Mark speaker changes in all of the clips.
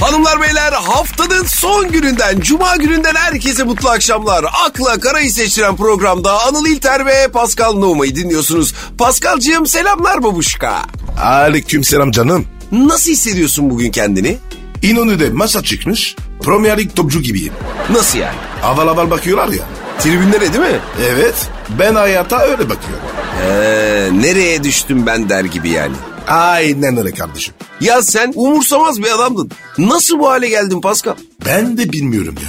Speaker 1: Hanımlar beyler haftanın son gününden, cuma gününden herkese mutlu akşamlar. Akla Karayı seçtiren programda Anıl İlter ve Pascal Nohma'yı dinliyorsunuz. Pascal'cığım selamlar babuşka.
Speaker 2: Aleyküm selam canım.
Speaker 1: Nasıl hissediyorsun bugün kendini?
Speaker 2: İnönü'de masa çıkmış. Premier Lig topçu gibiyim.
Speaker 1: Nasıl yani?
Speaker 2: Aval aval bakıyorlar ya.
Speaker 1: Tribünlere değil mi?
Speaker 2: Evet. Ben hayata öyle bakıyorum.
Speaker 1: Ee, nereye düştüm ben der gibi yani.
Speaker 2: Aynen öyle kardeşim.
Speaker 1: Ya sen umursamaz bir adamdın. Nasıl bu hale geldin Pascal?
Speaker 2: Ben de bilmiyorum ya.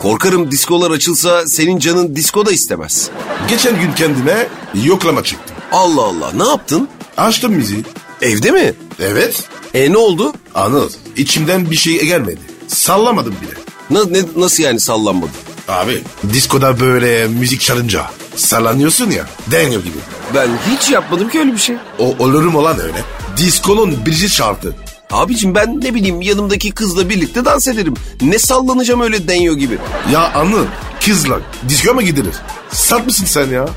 Speaker 1: Korkarım diskolar açılsa senin canın disko da istemez.
Speaker 2: Geçen gün kendime yoklama çıktım.
Speaker 1: Allah Allah ne yaptın?
Speaker 2: Açtım müziği.
Speaker 1: Evde mi?
Speaker 2: Evet.
Speaker 1: E ne oldu?
Speaker 2: Anıl. içimden bir şey gelmedi. Sallamadım bile.
Speaker 1: Na- ne, nasıl yani sallanmadı?
Speaker 2: Abi. Diskoda böyle müzik çalınca sallanıyorsun ya. Deniyor gibi.
Speaker 1: Ben hiç yapmadım ki öyle bir şey.
Speaker 2: O olurum olan öyle. Diskonun birinci şartı.
Speaker 1: Abicim ben ne bileyim yanımdaki kızla birlikte dans ederim. Ne sallanacağım öyle deniyor gibi.
Speaker 2: Ya Anıl kızla diskoya mı gidilir? Sat mısın sen ya?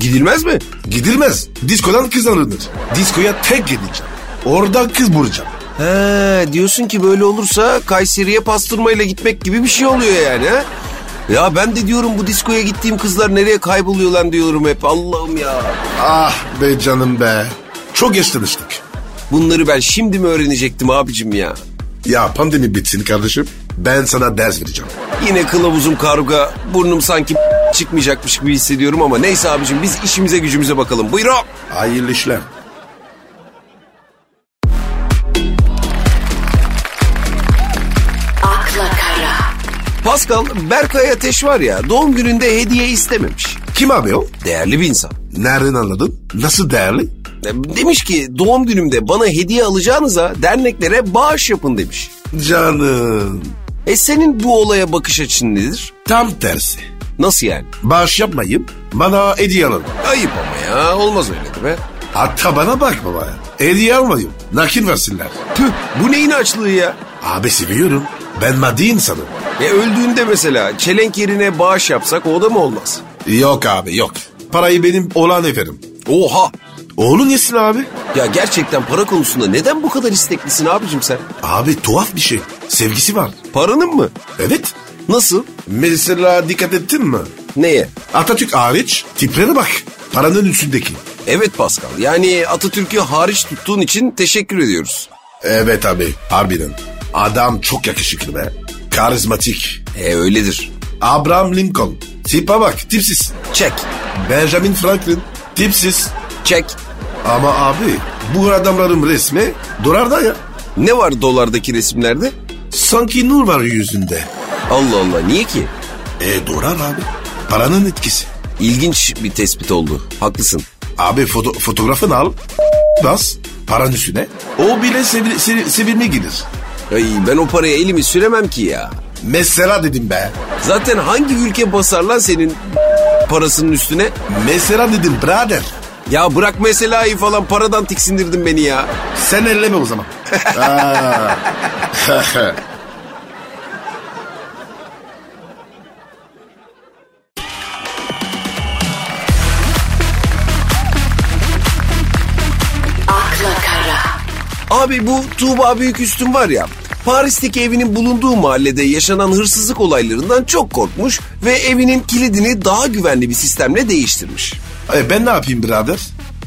Speaker 1: Gidilmez mi?
Speaker 2: Gidilmez. Diskodan kız alınır. Diskoya tek gideceğim. Oradan kız bulacağım.
Speaker 1: He diyorsun ki böyle olursa Kayseri'ye pastırmayla gitmek gibi bir şey oluyor yani ha? Ya ben de diyorum bu diskoya gittiğim kızlar nereye kayboluyor lan diyorum hep Allah'ım ya.
Speaker 2: Ah be canım be. Çok geç tanıştık.
Speaker 1: Bunları ben şimdi mi öğrenecektim abicim ya?
Speaker 2: Ya pandemi bitsin kardeşim. Ben sana ders vereceğim.
Speaker 1: Yine kılavuzum karga, burnum sanki çıkmayacakmış gibi hissediyorum ama neyse abicim biz işimize gücümüze bakalım. Buyurun.
Speaker 2: Hayırlı işler.
Speaker 3: akla kara,
Speaker 1: Pascal, Berkay Ateş var ya doğum gününde hediye istememiş.
Speaker 2: Kim abi o?
Speaker 1: Değerli bir insan.
Speaker 2: Nereden anladın? Nasıl değerli?
Speaker 1: E, Demiş ki doğum günümde bana hediye alacağınıza derneklere bağış yapın demiş.
Speaker 2: Canım.
Speaker 1: E senin bu olaya bakış açın nedir?
Speaker 2: Tam tersi.
Speaker 1: Nasıl yani?
Speaker 2: Bağış yapmayayım. Bana hediye alın.
Speaker 1: Ayıp ama ya olmaz öyle de be.
Speaker 2: Hatta bana bak baba ya. Hediye almayayım. Nakil versinler.
Speaker 1: Tüh bu neyin açlığı ya?
Speaker 2: Abi seviyorum. Ben maddi insanım.
Speaker 1: E öldüğünde mesela çelenk yerine bağış yapsak o da mı olmaz?
Speaker 2: Yok abi yok. Parayı benim olan efendim.
Speaker 1: Oha!
Speaker 2: Oğlun yesin abi.
Speaker 1: Ya gerçekten para konusunda neden bu kadar isteklisin abicim sen?
Speaker 2: Abi tuhaf bir şey. Sevgisi var.
Speaker 1: Paranın mı?
Speaker 2: Evet.
Speaker 1: Nasıl?
Speaker 2: Mesela dikkat ettin mi?
Speaker 1: Neye?
Speaker 2: Atatürk hariç tiplere bak. Paranın üstündeki.
Speaker 1: Evet Pascal yani Atatürk'ü hariç tuttuğun için teşekkür ediyoruz.
Speaker 2: Evet abi harbiden. Adam çok yakışıklı be. Karizmatik.
Speaker 1: E öyledir.
Speaker 2: Abraham Lincoln. Tipe bak tipsiz.
Speaker 1: Çek.
Speaker 2: Benjamin Franklin. Tipsiz.
Speaker 1: Çek.
Speaker 2: Ama abi bu adamların resmi durarda ya.
Speaker 1: Ne var dolardaki resimlerde?
Speaker 2: Sanki nur var yüzünde.
Speaker 1: Allah Allah niye ki?
Speaker 2: E durar abi. Paranın etkisi.
Speaker 1: İlginç bir tespit oldu. Haklısın.
Speaker 2: Abi foto fotoğrafını al. Bas. Paran üstüne. O bile sevil se- sevilme gelir.
Speaker 1: Ay ben o paraya elimi süremem ki ya.
Speaker 2: Mesela dedim be.
Speaker 1: Zaten hangi ülke basar lan senin parasının üstüne?
Speaker 2: Mesela dedim birader.
Speaker 1: Ya bırak meselayı falan paradan tiksindirdin beni ya.
Speaker 2: Sen elleme o zaman. Aa.
Speaker 3: akla kara,
Speaker 1: Abi bu Tuğba Büyüküstün var ya Paris'teki evinin bulunduğu mahallede yaşanan hırsızlık olaylarından çok korkmuş ve evinin kilidini daha güvenli bir sistemle değiştirmiş.
Speaker 2: E ben ne yapayım birader?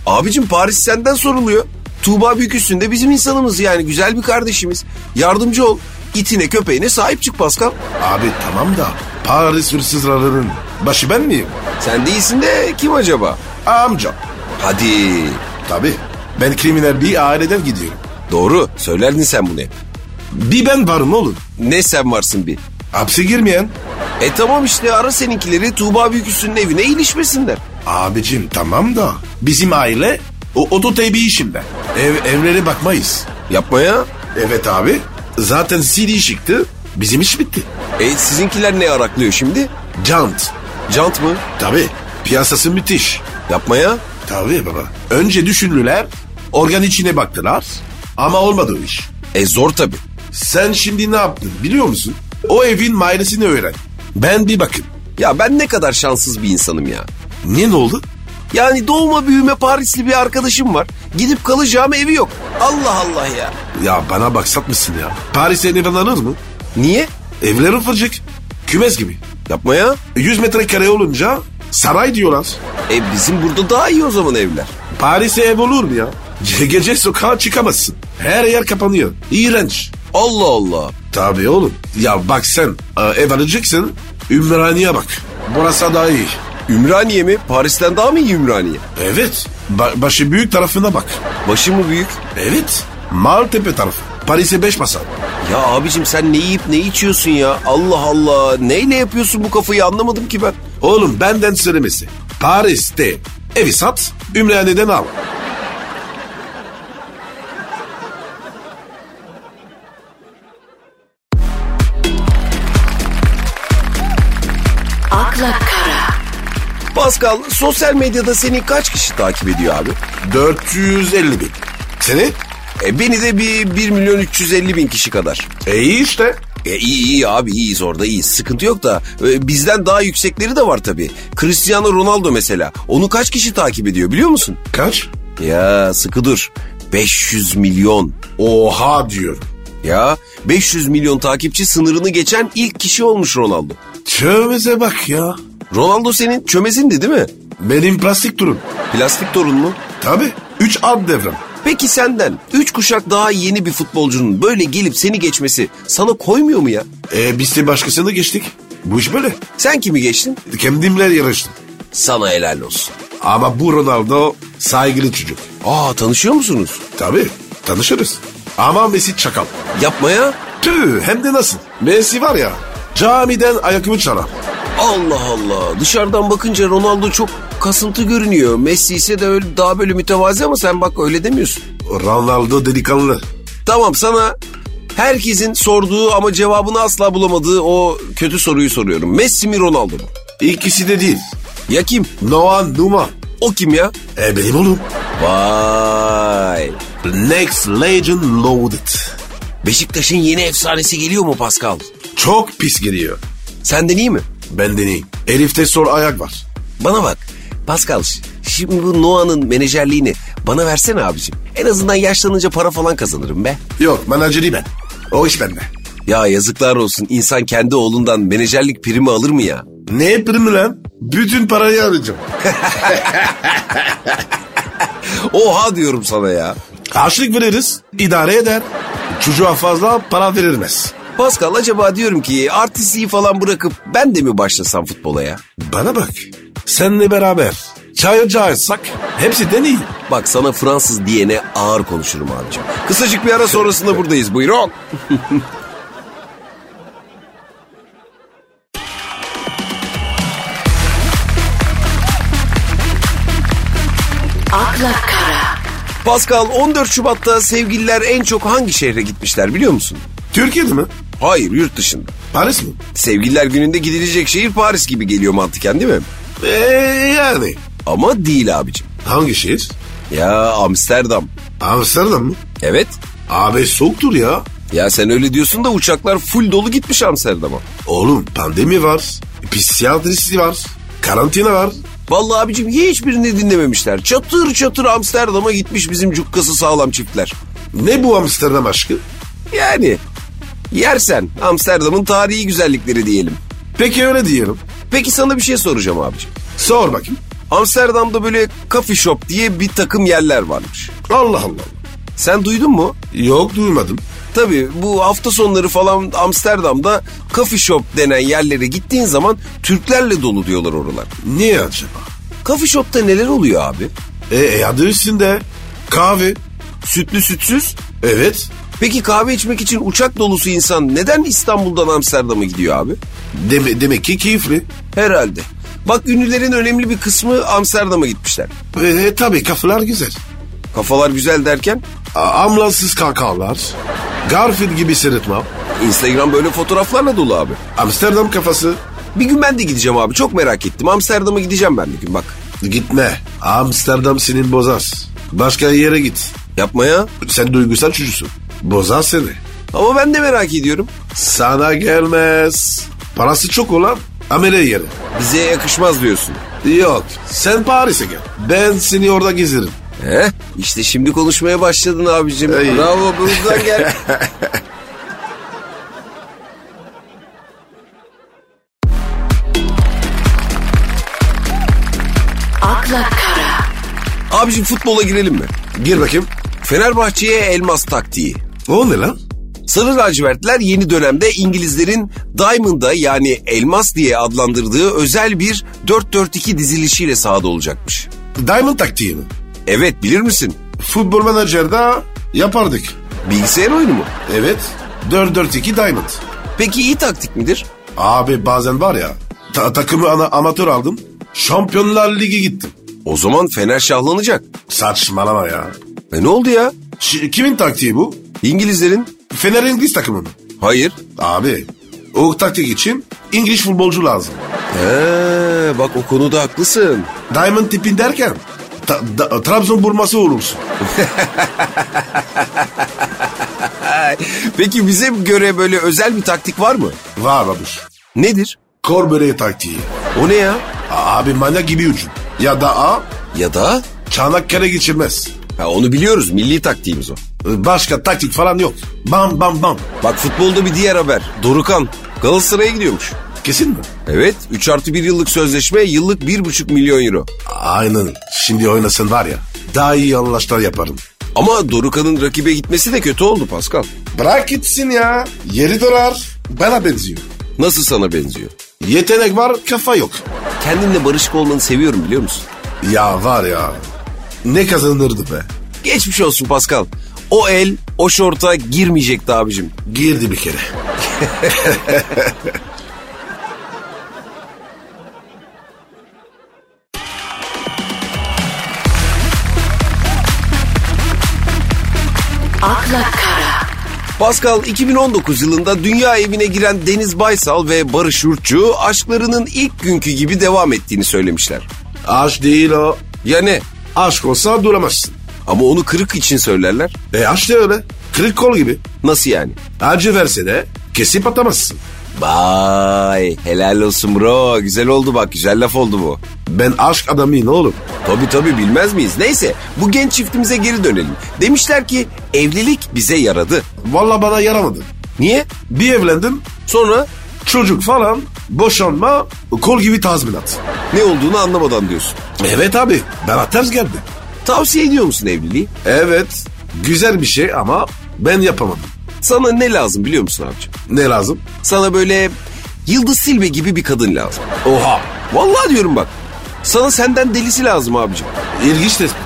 Speaker 1: Abicim Paris senden soruluyor. Tuğba Büyüküstün de bizim insanımız yani güzel bir kardeşimiz. Yardımcı ol. İtine köpeğine sahip çık Pascal.
Speaker 2: Abi tamam da Paris hırsızlarının başı ben miyim?
Speaker 1: Sen değilsin de kim acaba?
Speaker 2: Amcam.
Speaker 1: Hadi.
Speaker 2: Tabii. Ben kriminal bir aileden gidiyorum.
Speaker 1: Doğru söylerdin sen bunu hep.
Speaker 2: Bir ben varım oğlum.
Speaker 1: Ne sen varsın bir.
Speaker 2: Hapse girmeyen.
Speaker 1: E tamam işte ara seninkileri Tuğba Büyüküstün'ün evine ilişmesinler.
Speaker 2: Abicim tamam da bizim aile o ototebi işinde. Ev, evlere bakmayız.
Speaker 1: Yapma ya.
Speaker 2: Evet abi. Zaten CD çıktı. Bizim iş bitti.
Speaker 1: E sizinkiler ne araklıyor şimdi?
Speaker 2: Cant.
Speaker 1: Jant mı?
Speaker 2: Tabii. Piyasası müthiş.
Speaker 1: Yapma ya.
Speaker 2: Tabii baba. Önce düşündüler. Organ içine baktılar. Ama olmadı o iş.
Speaker 1: E zor tabii.
Speaker 2: Sen şimdi ne yaptın biliyor musun? O evin mahallesini öğren. Ben bir bakın.
Speaker 1: Ya ben ne kadar şanssız bir insanım ya.
Speaker 2: Niye ne oldu?
Speaker 1: Yani doğma büyüme Parisli bir arkadaşım var. Gidip kalacağım evi yok. Allah Allah ya.
Speaker 2: Ya bana bak satmışsın ya. Paris'te ev alınır mı?
Speaker 1: Niye?
Speaker 2: Evler ufacık. Kümes gibi.
Speaker 1: Yapma ya.
Speaker 2: 100 metrekare olunca saray diyorlar.
Speaker 1: E bizim burada daha iyi o zaman evler.
Speaker 2: Paris'e ev olur mu ya? Ge- Gece sokağa çıkamazsın. Her yer kapanıyor. İğrenç.
Speaker 1: Allah Allah.
Speaker 2: Tabii oğlum. Ya bak sen e, ev alacaksın. Ümraniye bak. Burası daha iyi.
Speaker 1: Ümraniye mi? Paris'ten daha mı iyi Ümraniye?
Speaker 2: Evet. Ba- başı büyük tarafına bak.
Speaker 1: Başı mı büyük?
Speaker 2: Evet. Maltepe tarafı. Paris'e 5 masa.
Speaker 1: Ya abicim sen ne yiyip ne içiyorsun ya? Allah Allah. Neyle yapıyorsun bu kafayı anlamadım ki ben.
Speaker 2: Oğlum benden söylemesi. Paris'te evi sat, Ümraniye'den al.
Speaker 3: akla kara,
Speaker 1: Pascal sosyal medyada seni kaç kişi takip ediyor abi?
Speaker 2: 450 bin. Seni?
Speaker 1: E beni de bir 1 milyon 350 bin kişi kadar.
Speaker 2: E iyi işte.
Speaker 1: E iyi iyi abi iyiyiz orada iyiyiz. Sıkıntı yok da e, bizden daha yüksekleri de var tabii. Cristiano Ronaldo mesela. Onu kaç kişi takip ediyor biliyor musun?
Speaker 2: Kaç?
Speaker 1: Ya sıkı dur. 500 milyon.
Speaker 2: Oha diyor.
Speaker 1: Ya 500 milyon takipçi sınırını geçen ilk kişi olmuş Ronaldo.
Speaker 2: Çömeze bak ya.
Speaker 1: Ronaldo senin çömezindi değil mi?
Speaker 2: Benim plastik durum.
Speaker 1: Plastik torun mu?
Speaker 2: Tabii. 3 ad devrem.
Speaker 1: Peki senden 3 kuşak daha yeni bir futbolcunun böyle gelip seni geçmesi sana koymuyor mu ya?
Speaker 2: E biz de başkasını geçtik. Bu iş böyle.
Speaker 1: Sen kimi geçtin?
Speaker 2: Kendimle yarıştım.
Speaker 1: Sana helal olsun.
Speaker 2: Ama bu Ronaldo saygılı çocuk.
Speaker 1: Aa tanışıyor musunuz?
Speaker 2: Tabii. Tanışırız. Ama Messi çakal.
Speaker 1: Yapma ya.
Speaker 2: Tüh hem de nasıl? Messi var ya camiden ayakkabı çalar.
Speaker 1: Allah Allah. Dışarıdan bakınca Ronaldo çok kasıntı görünüyor. Messi ise de öyle daha böyle mütevazi ama sen bak öyle demiyorsun.
Speaker 2: Ronaldo delikanlı.
Speaker 1: Tamam sana herkesin sorduğu ama cevabını asla bulamadığı o kötü soruyu soruyorum. Messi mi Ronaldo mu?
Speaker 2: İkisi de değil.
Speaker 1: Ya kim?
Speaker 2: Noah Numa.
Speaker 1: O kim ya?
Speaker 2: E benim oğlum.
Speaker 1: Vay.
Speaker 2: Next Legend Loaded.
Speaker 1: Beşiktaş'ın yeni efsanesi geliyor mu Pascal?
Speaker 2: Çok pis geliyor.
Speaker 1: Senden iyi mi?
Speaker 2: Ben deneyim. Elif'te sol ayak var.
Speaker 1: Bana bak. Pascal ş- şimdi bu Noah'nın menajerliğini bana versene abicim. En azından yaşlanınca para falan kazanırım be.
Speaker 2: Yok menajeri ben. O iş bende.
Speaker 1: Ya yazıklar olsun insan kendi oğlundan menajerlik primi alır mı ya?
Speaker 2: Ne primi lan? Bütün parayı alacağım.
Speaker 1: Oha diyorum sana ya.
Speaker 2: Harçlık veririz, idare eder. Çocuğa fazla para verilmez.
Speaker 1: Pascal acaba diyorum ki artistliği falan bırakıp ben de mi başlasam futbola ya?
Speaker 2: Bana bak, senle beraber çay çağırsak hepsi de iyi.
Speaker 1: Bak sana Fransız diyene ağır konuşurum abicim. Kısacık bir ara sonrasında buradayız buyurun.
Speaker 3: akla kara,
Speaker 1: Pascal 14 Şubat'ta sevgililer en çok hangi şehre gitmişler biliyor musun?
Speaker 2: Türkiye'de mi?
Speaker 1: Hayır yurt dışında.
Speaker 2: Paris mi?
Speaker 1: Sevgililer gününde gidilecek şehir Paris gibi geliyor mantıken değil mi?
Speaker 2: Ee, yani.
Speaker 1: Ama değil abicim.
Speaker 2: Hangi şehir?
Speaker 1: Ya Amsterdam.
Speaker 2: Amsterdam mı?
Speaker 1: Evet.
Speaker 2: Abi soğuktur ya.
Speaker 1: Ya sen öyle diyorsun da uçaklar full dolu gitmiş Amsterdam'a.
Speaker 2: Oğlum pandemi var, psikiyatrisi var, karantina var.
Speaker 1: Vallahi abicim ya hiçbirini dinlememişler. Çatır çatır Amsterdam'a gitmiş bizim cukkası sağlam çiftler.
Speaker 2: Ne bu Amsterdam aşkı?
Speaker 1: Yani yersen Amsterdam'ın tarihi güzellikleri diyelim.
Speaker 2: Peki öyle diyelim.
Speaker 1: Peki sana bir şey soracağım abicim.
Speaker 2: Sor bakayım.
Speaker 1: Amsterdam'da böyle coffee shop diye bir takım yerler varmış.
Speaker 2: Allah Allah.
Speaker 1: Sen duydun mu?
Speaker 2: Yok duymadım.
Speaker 1: Tabii bu hafta sonları falan Amsterdam'da coffee shop denen yerlere gittiğin zaman Türklerle dolu diyorlar oralar.
Speaker 2: Niye acaba?
Speaker 1: Coffee shop'ta neler oluyor abi?
Speaker 2: E, e adı üstünde. Kahve.
Speaker 1: Sütlü sütsüz.
Speaker 2: Evet.
Speaker 1: Peki kahve içmek için uçak dolusu insan neden İstanbul'dan Amsterdam'a gidiyor abi?
Speaker 2: Deme- demek ki keyifli.
Speaker 1: Herhalde. Bak ünlülerin önemli bir kısmı Amsterdam'a gitmişler.
Speaker 2: E, e, tabii kafalar güzel.
Speaker 1: Kafalar güzel derken
Speaker 2: A- amlansız kakalar. Garfield gibi sırıtma.
Speaker 1: Instagram böyle fotoğraflarla dolu abi.
Speaker 2: Amsterdam kafası.
Speaker 1: Bir gün ben de gideceğim abi çok merak ettim. Amsterdam'a gideceğim ben bir gün bak.
Speaker 2: Gitme. Amsterdam senin bozar. Başka yere git.
Speaker 1: Yapma ya.
Speaker 2: Sen duygusal çocuksun. Bozar seni.
Speaker 1: Ama ben de merak ediyorum.
Speaker 2: Sana gelmez. Parası çok olan amele yeri.
Speaker 1: Bize yakışmaz diyorsun. Yok.
Speaker 2: Sen Paris'e gel. Ben seni orada gezerim.
Speaker 1: Heh, işte şimdi konuşmaya başladın abicim.
Speaker 2: Ey.
Speaker 1: Bravo buradan gel.
Speaker 3: akla kara,
Speaker 1: abicim futbola girelim mi?
Speaker 2: Gir bakayım.
Speaker 1: Fenerbahçe'ye elmas taktiği.
Speaker 2: O ne lan?
Speaker 1: Sarı lacivertler yeni dönemde İngilizlerin Diamond'a yani elmas diye adlandırdığı özel bir 4-4-2 dizilişiyle sahada olacakmış.
Speaker 2: Diamond taktiği mi?
Speaker 1: Evet bilir misin?
Speaker 2: Futbol menajerda yapardık.
Speaker 1: Bilgisayar oyunu mu?
Speaker 2: Evet. 4-4-2 Diamond.
Speaker 1: Peki iyi taktik midir?
Speaker 2: Abi bazen var ya ta- takımı ana amatör aldım. Şampiyonlar Ligi gittim.
Speaker 1: O zaman Fener şahlanacak.
Speaker 2: Saçmalama ya.
Speaker 1: E ne oldu ya?
Speaker 2: Ş- kimin taktiği bu?
Speaker 1: İngilizlerin?
Speaker 2: Fener'in İngiliz takımı mı?
Speaker 1: Hayır.
Speaker 2: Abi o taktik için İngiliz futbolcu lazım.
Speaker 1: He, bak o konuda haklısın.
Speaker 2: Diamond tipin derken ta- da- Trabzon burması olursun.
Speaker 1: Peki bize göre böyle özel bir taktik var mı?
Speaker 2: Var babuş.
Speaker 1: Nedir?
Speaker 2: Kor böreği taktiği.
Speaker 1: O ne ya?
Speaker 2: A- Abi manyak gibi ucun. Ya da A
Speaker 1: Ya da?
Speaker 2: Çanakkale geçirmez.
Speaker 1: Ha, onu biliyoruz milli taktiğimiz o.
Speaker 2: Başka taktik falan yok. Bam bam bam.
Speaker 1: Bak futbolda bir diğer haber. Dorukan Galatasaray'a gidiyormuş.
Speaker 2: Kesin mi?
Speaker 1: Evet 3 artı 1 yıllık sözleşme yıllık 1,5 milyon euro.
Speaker 2: Aynen. Şimdi oynasın var ya. Daha iyi anlaşlar yaparım.
Speaker 1: Ama Dorukan'ın rakibe gitmesi de kötü oldu Pascal.
Speaker 2: Bırak gitsin ya. Yeri dolar. Bana benziyor.
Speaker 1: Nasıl sana benziyor?
Speaker 2: Yetenek var kafa yok.
Speaker 1: Kendinle barışık olmanı seviyorum biliyor musun?
Speaker 2: Ya var ya. Ne kazanırdı be.
Speaker 1: Geçmiş olsun Pascal. O el o şorta girmeyecekti abicim.
Speaker 2: Girdi bir kere.
Speaker 3: akla kara,
Speaker 1: Pascal 2019 yılında dünya evine giren Deniz Baysal ve Barış Urtçu aşklarının ilk günkü gibi devam ettiğini söylemişler.
Speaker 2: Aşk değil o.
Speaker 1: Ya ne?
Speaker 2: Aşk olsa duramazsın.
Speaker 1: Ama onu kırık için söylerler.
Speaker 2: E aşk da öyle. Kırık kol gibi.
Speaker 1: Nasıl yani?
Speaker 2: Acı verse de kesip atamazsın.
Speaker 1: Vay helal olsun bro. Güzel oldu bak güzel laf oldu bu.
Speaker 2: Ben aşk adamıyım oğlum.
Speaker 1: Tabii tabii bilmez miyiz? Neyse bu genç çiftimize geri dönelim. Demişler ki evlilik bize yaradı.
Speaker 2: Vallahi bana yaramadı.
Speaker 1: Niye?
Speaker 2: Bir evlendim.
Speaker 1: Sonra
Speaker 2: Çocuk falan. Boşanma. Kol gibi tazminat.
Speaker 1: ne olduğunu anlamadan diyorsun.
Speaker 2: Evet abi. Bana ters geldi.
Speaker 1: Tavsiye ediyor musun evliliği?
Speaker 2: Evet. Güzel bir şey ama ben yapamadım.
Speaker 1: Sana ne lazım biliyor musun abicim?
Speaker 2: Ne lazım?
Speaker 1: Sana böyle Yıldız Silve gibi bir kadın lazım.
Speaker 2: Oha.
Speaker 1: Vallahi diyorum bak. Sana senden delisi lazım abicim.
Speaker 2: İlginç tespit.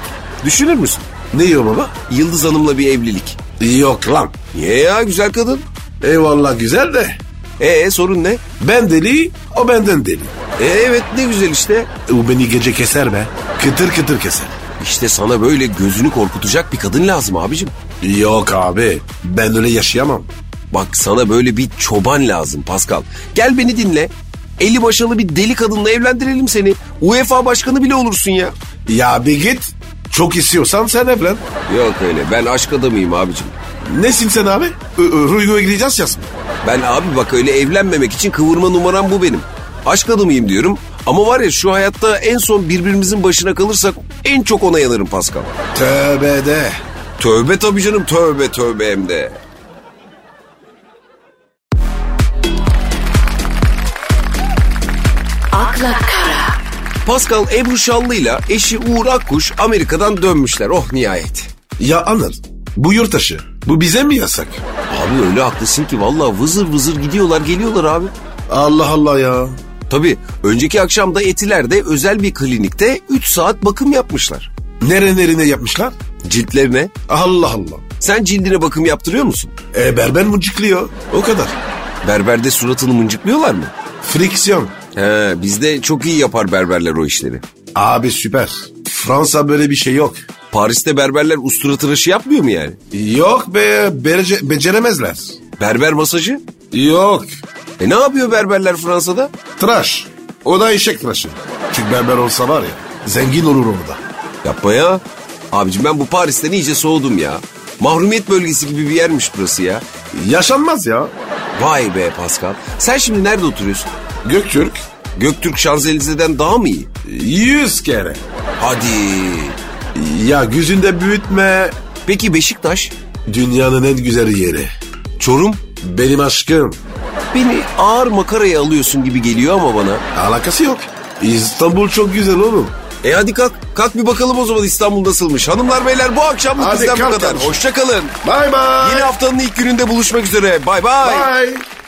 Speaker 1: Düşünür müsün?
Speaker 2: Ne yiyor baba?
Speaker 1: Yıldız Hanım'la bir evlilik.
Speaker 2: Yok lan.
Speaker 1: Niye ya güzel kadın?
Speaker 2: Eyvallah güzel de.
Speaker 1: Ee sorun ne?
Speaker 2: Ben deli, o benden deli.
Speaker 1: Ee, evet ne güzel işte.
Speaker 2: O E, beni gece keser be. Kıtır kıtır keser.
Speaker 1: İşte sana böyle gözünü korkutacak bir kadın lazım abicim.
Speaker 2: Yok abi. Ben öyle yaşayamam.
Speaker 1: Bak sana böyle bir çoban lazım Pascal. Gel beni dinle. Eli başalı bir deli kadınla evlendirelim seni. UEFA başkanı bile olursun ya.
Speaker 2: Ya bir git. Çok istiyorsan sen evlen.
Speaker 1: Yok öyle ben aşk adamıyım abicim.
Speaker 2: Nesin sen abi? Ö- ö- Ruygo'ya gideceğiz yaz mı?
Speaker 1: Ben abi bak öyle evlenmemek için kıvırma numaram bu benim. Aşk adamıyım diyorum. Ama var ya şu hayatta en son birbirimizin başına kalırsak en çok ona yanarım Pascal.
Speaker 2: Tövbe de.
Speaker 1: Tövbe tabii canım tövbe tövbe hem de.
Speaker 3: akla kara,
Speaker 1: Pascal Ebru Şallı'yla eşi Uğur Akkuş Amerika'dan dönmüşler. Oh nihayet.
Speaker 2: Ya Anır. Bu yurttaşı. Bu bize mi yasak?
Speaker 1: Abi öyle haklısın ki vallahi vızır vızır gidiyorlar geliyorlar abi.
Speaker 2: Allah Allah ya.
Speaker 1: Tabii önceki akşam da Etiler'de özel bir klinikte 3 saat bakım yapmışlar.
Speaker 2: Nere nerine yapmışlar?
Speaker 1: Ciltlerine.
Speaker 2: Allah Allah.
Speaker 1: Sen cildine bakım yaptırıyor musun?
Speaker 2: E berber mıncıklıyor. O kadar.
Speaker 1: Berberde suratını mıncıklıyorlar mı?
Speaker 2: Friksiyon.
Speaker 1: He, bizde çok iyi yapar berberler o işleri.
Speaker 2: Abi süper. Fransa böyle bir şey yok.
Speaker 1: Paris'te berberler ustura tıraşı yapmıyor mu yani?
Speaker 2: Yok be berece- beceremezler.
Speaker 1: Berber masajı?
Speaker 2: Yok.
Speaker 1: E ne yapıyor berberler Fransa'da?
Speaker 2: Tıraş. O da eşek tıraşı. Çünkü berber olsa var ya zengin olur orada.
Speaker 1: Yapma ya. Abicim ben bu Paris'ten iyice soğudum ya. Mahrumiyet bölgesi gibi bir yermiş burası ya.
Speaker 2: Yaşanmaz ya.
Speaker 1: Vay be Pascal. Sen şimdi nerede oturuyorsun?
Speaker 2: Göktürk
Speaker 1: Göktürk Şanzelize'den daha mı iyi?
Speaker 2: Yüz kere.
Speaker 1: Hadi.
Speaker 2: Ya gözünde büyütme.
Speaker 1: Peki Beşiktaş?
Speaker 2: Dünyanın en güzel yeri.
Speaker 1: Çorum?
Speaker 2: Benim aşkım.
Speaker 1: Beni ağır makaraya alıyorsun gibi geliyor ama bana.
Speaker 2: Alakası yok. İstanbul çok güzel oğlum.
Speaker 1: E hadi kalk. Kalk bir bakalım o zaman İstanbul nasılmış. Hanımlar beyler bu akşamlık
Speaker 2: Hadi
Speaker 1: bizden bu
Speaker 2: kalk
Speaker 1: kadar.
Speaker 2: kardeşim.
Speaker 1: Hoşçakalın.
Speaker 2: Bye bye.
Speaker 1: Yeni haftanın ilk gününde buluşmak üzere. Bay bay.
Speaker 2: Bye.